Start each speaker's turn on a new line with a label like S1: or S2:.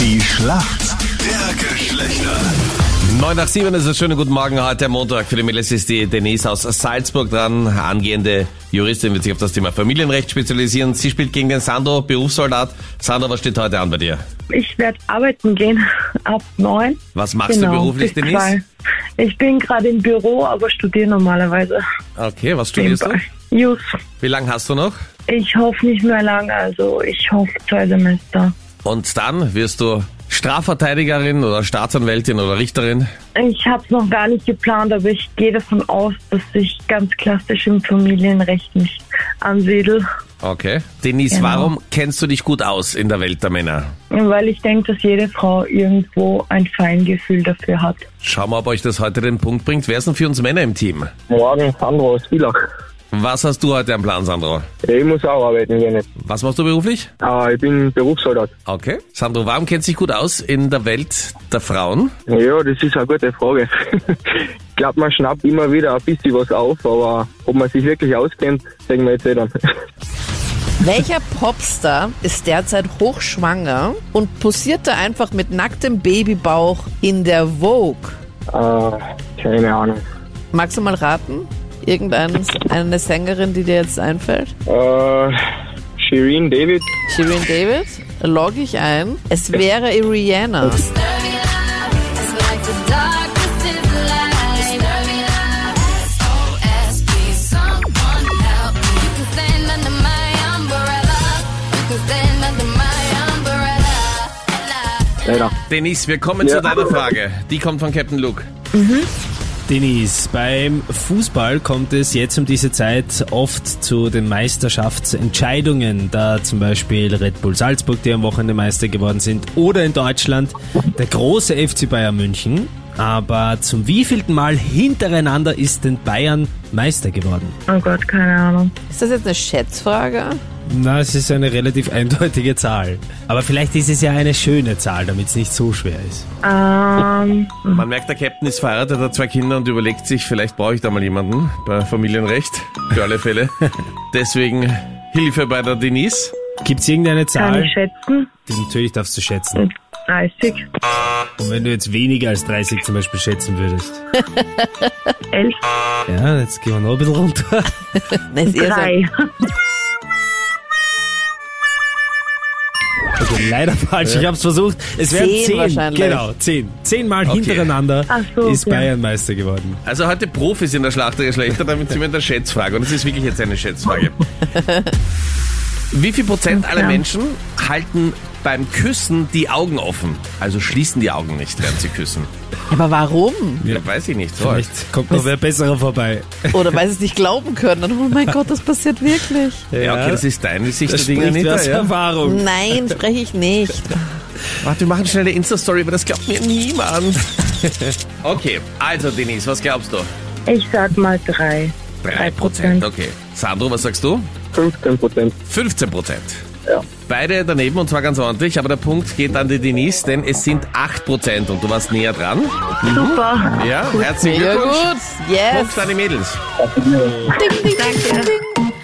S1: Die Schlacht der Geschlechter.
S2: 9 nach 7 ist es. Schönen guten Morgen. Heute am Montag für die Mädels ist die Denise aus Salzburg dran. Angehende Juristin wird sich auf das Thema Familienrecht spezialisieren. Sie spielt gegen den Sandro, Berufssoldat. Sandro, was steht heute an bei dir?
S3: Ich werde arbeiten gehen ab neun.
S2: Was machst
S3: Genau.
S2: du beruflich,
S3: bis
S2: Denise?
S3: zwei. Ich bin gerade im Büro, aber studiere normalerweise.
S2: Okay, was studierst du?
S3: Nebenbei. Jus.
S2: Wie lange hast du noch?
S3: Ich hoffe nicht mehr lang, also ich hoffe zwei Semester.
S2: Und dann wirst du Strafverteidigerin oder Staatsanwältin oder Richterin.
S3: Ich habe es noch gar nicht geplant, aber ich gehe davon aus, dass ich ganz klassisch im Familienrecht mich ansiedel,
S2: Okay. Denise,
S3: Genau.
S2: warum kennst du dich gut aus in der Welt der Männer?
S3: weil ich denke, dass jede Frau irgendwo ein Feingefühl dafür hat.
S2: Schauen wir, ob euch das heute den Punkt bringt. Wer ist denn für uns Männer im Team?
S4: Morgen, Sandro aus Villach.
S2: Was hast du heute am Plan, Sandro?
S4: Ja, Ich muss auch arbeiten gehen. jetzt.
S2: Was machst du beruflich?
S4: Äh, ich bin Berufssoldat.
S2: Okay. Sandro, warum kennst du dich gut aus in der Welt der Frauen?
S4: Ja, das ist eine gute Frage. ich glaube, man schnappt immer wieder ein bisschen was auf, aber ob man sich wirklich auskennt, sehen wir jetzt eh dann.
S5: Welcher Popstar ist derzeit hochschwanger und posierte einfach mit nacktem Babybauch in der Vogue?
S4: äh, keine Ahnung.
S5: Magst du mal raten? Irgendeine eine Sängerin, die dir jetzt einfällt?
S4: Äh, Shirin David,
S5: Shirin David? Log ich ein. Es wäre Rihanna.
S6: Disturbing light, it's like the darkest of light. Disturbing light, SOS, please someone help me. You can stand under my umbrella. You can stand under my umbrella.
S4: leider.
S2: Denise, wir kommen
S4: Ja.
S2: zu deiner Frage. Die kommt von Captain Luke.
S7: Denise, beim Fußball kommt es jetzt um diese Zeit oft zu den Meisterschaftsentscheidungen, da zum Beispiel Red Bull Salzburg, die am Wochenende Meister geworden sind, oder in Deutschland der große FC Bayern München. Aber zum wievielten Mal hintereinander ist denn Bayern Meister geworden?
S3: Oh Gott, keine Ahnung.
S5: Ist das jetzt eine Schätzfrage?
S7: Na, es ist eine relativ eindeutige Zahl. Aber vielleicht ist es ja eine schöne Zahl, damit es nicht so schwer ist.
S3: Ähm,
S2: Man merkt, der Captain ist verheiratet, hat zwei Kinder und überlegt sich, vielleicht brauche ich da mal jemanden bei Familienrecht. Für alle Fälle. Deswegen Hilfe bei der Denise.
S7: Gibt es irgendeine
S3: kann
S7: Zahl?
S3: ich schätzen?
S7: Die natürlich darfst du schätzen.
S3: 30,
S7: Und wenn du jetzt weniger als 30 zum Beispiel schätzen würdest.
S3: 11,
S7: Ja, jetzt gehen wir noch ein bisschen runter.
S5: Nein, ist eher so ein
S3: 3.
S7: Okay, leider falsch, ich hab's versucht. Es wären
S5: Zehn wahrscheinlich.
S7: Genau, zehn. Zehnmal hintereinander
S3: Ach so,
S7: ist
S3: ja.
S7: Bayern Meister geworden.
S2: Also heute Profis in der Schlacht der Geschlechter, damit sind wir in der Schätzfrage. Und es ist wirklich jetzt eine Schätzfrage. Wie viel Prozent aller Menschen halten beim Küssen die Augen offen? Also schließen die Augen nicht, während sie küssen.
S5: Aber warum?
S2: Ja. Weiß ich nicht. So.
S7: Vielleicht kommt noch wer besserer vorbei.
S5: Oder weil sie es nicht glauben können. Und, Oh mein Gott, das passiert wirklich.
S2: Ja, okay, das ist deine Sicht
S7: das
S2: der Dinge,
S7: spricht wer
S2: Anita.
S7: aus
S2: Ja.
S7: Erfahrung.
S5: Nein, spreche ich nicht.
S2: Warte, wir machen schnell eine Insta-Story, aber das glaubt mir niemand. okay, also Denise, was glaubst du?
S3: Ich sag mal 3.
S2: Drei Prozent, okay. Sandro, was sagst du?
S4: 15 Prozent.
S2: 15 Prozent.
S4: Ja.
S2: Beide daneben und zwar ganz ordentlich, aber der Punkt geht an die Denise, denn es sind 8 Prozent und du warst näher dran. Mhm.
S3: Super.
S2: Ja, herzlichen
S5: Ja
S2: Glückwunsch.
S5: gut, yes.
S2: Punkt an die Mädels.
S5: Ding, ding, ding, ding, ding.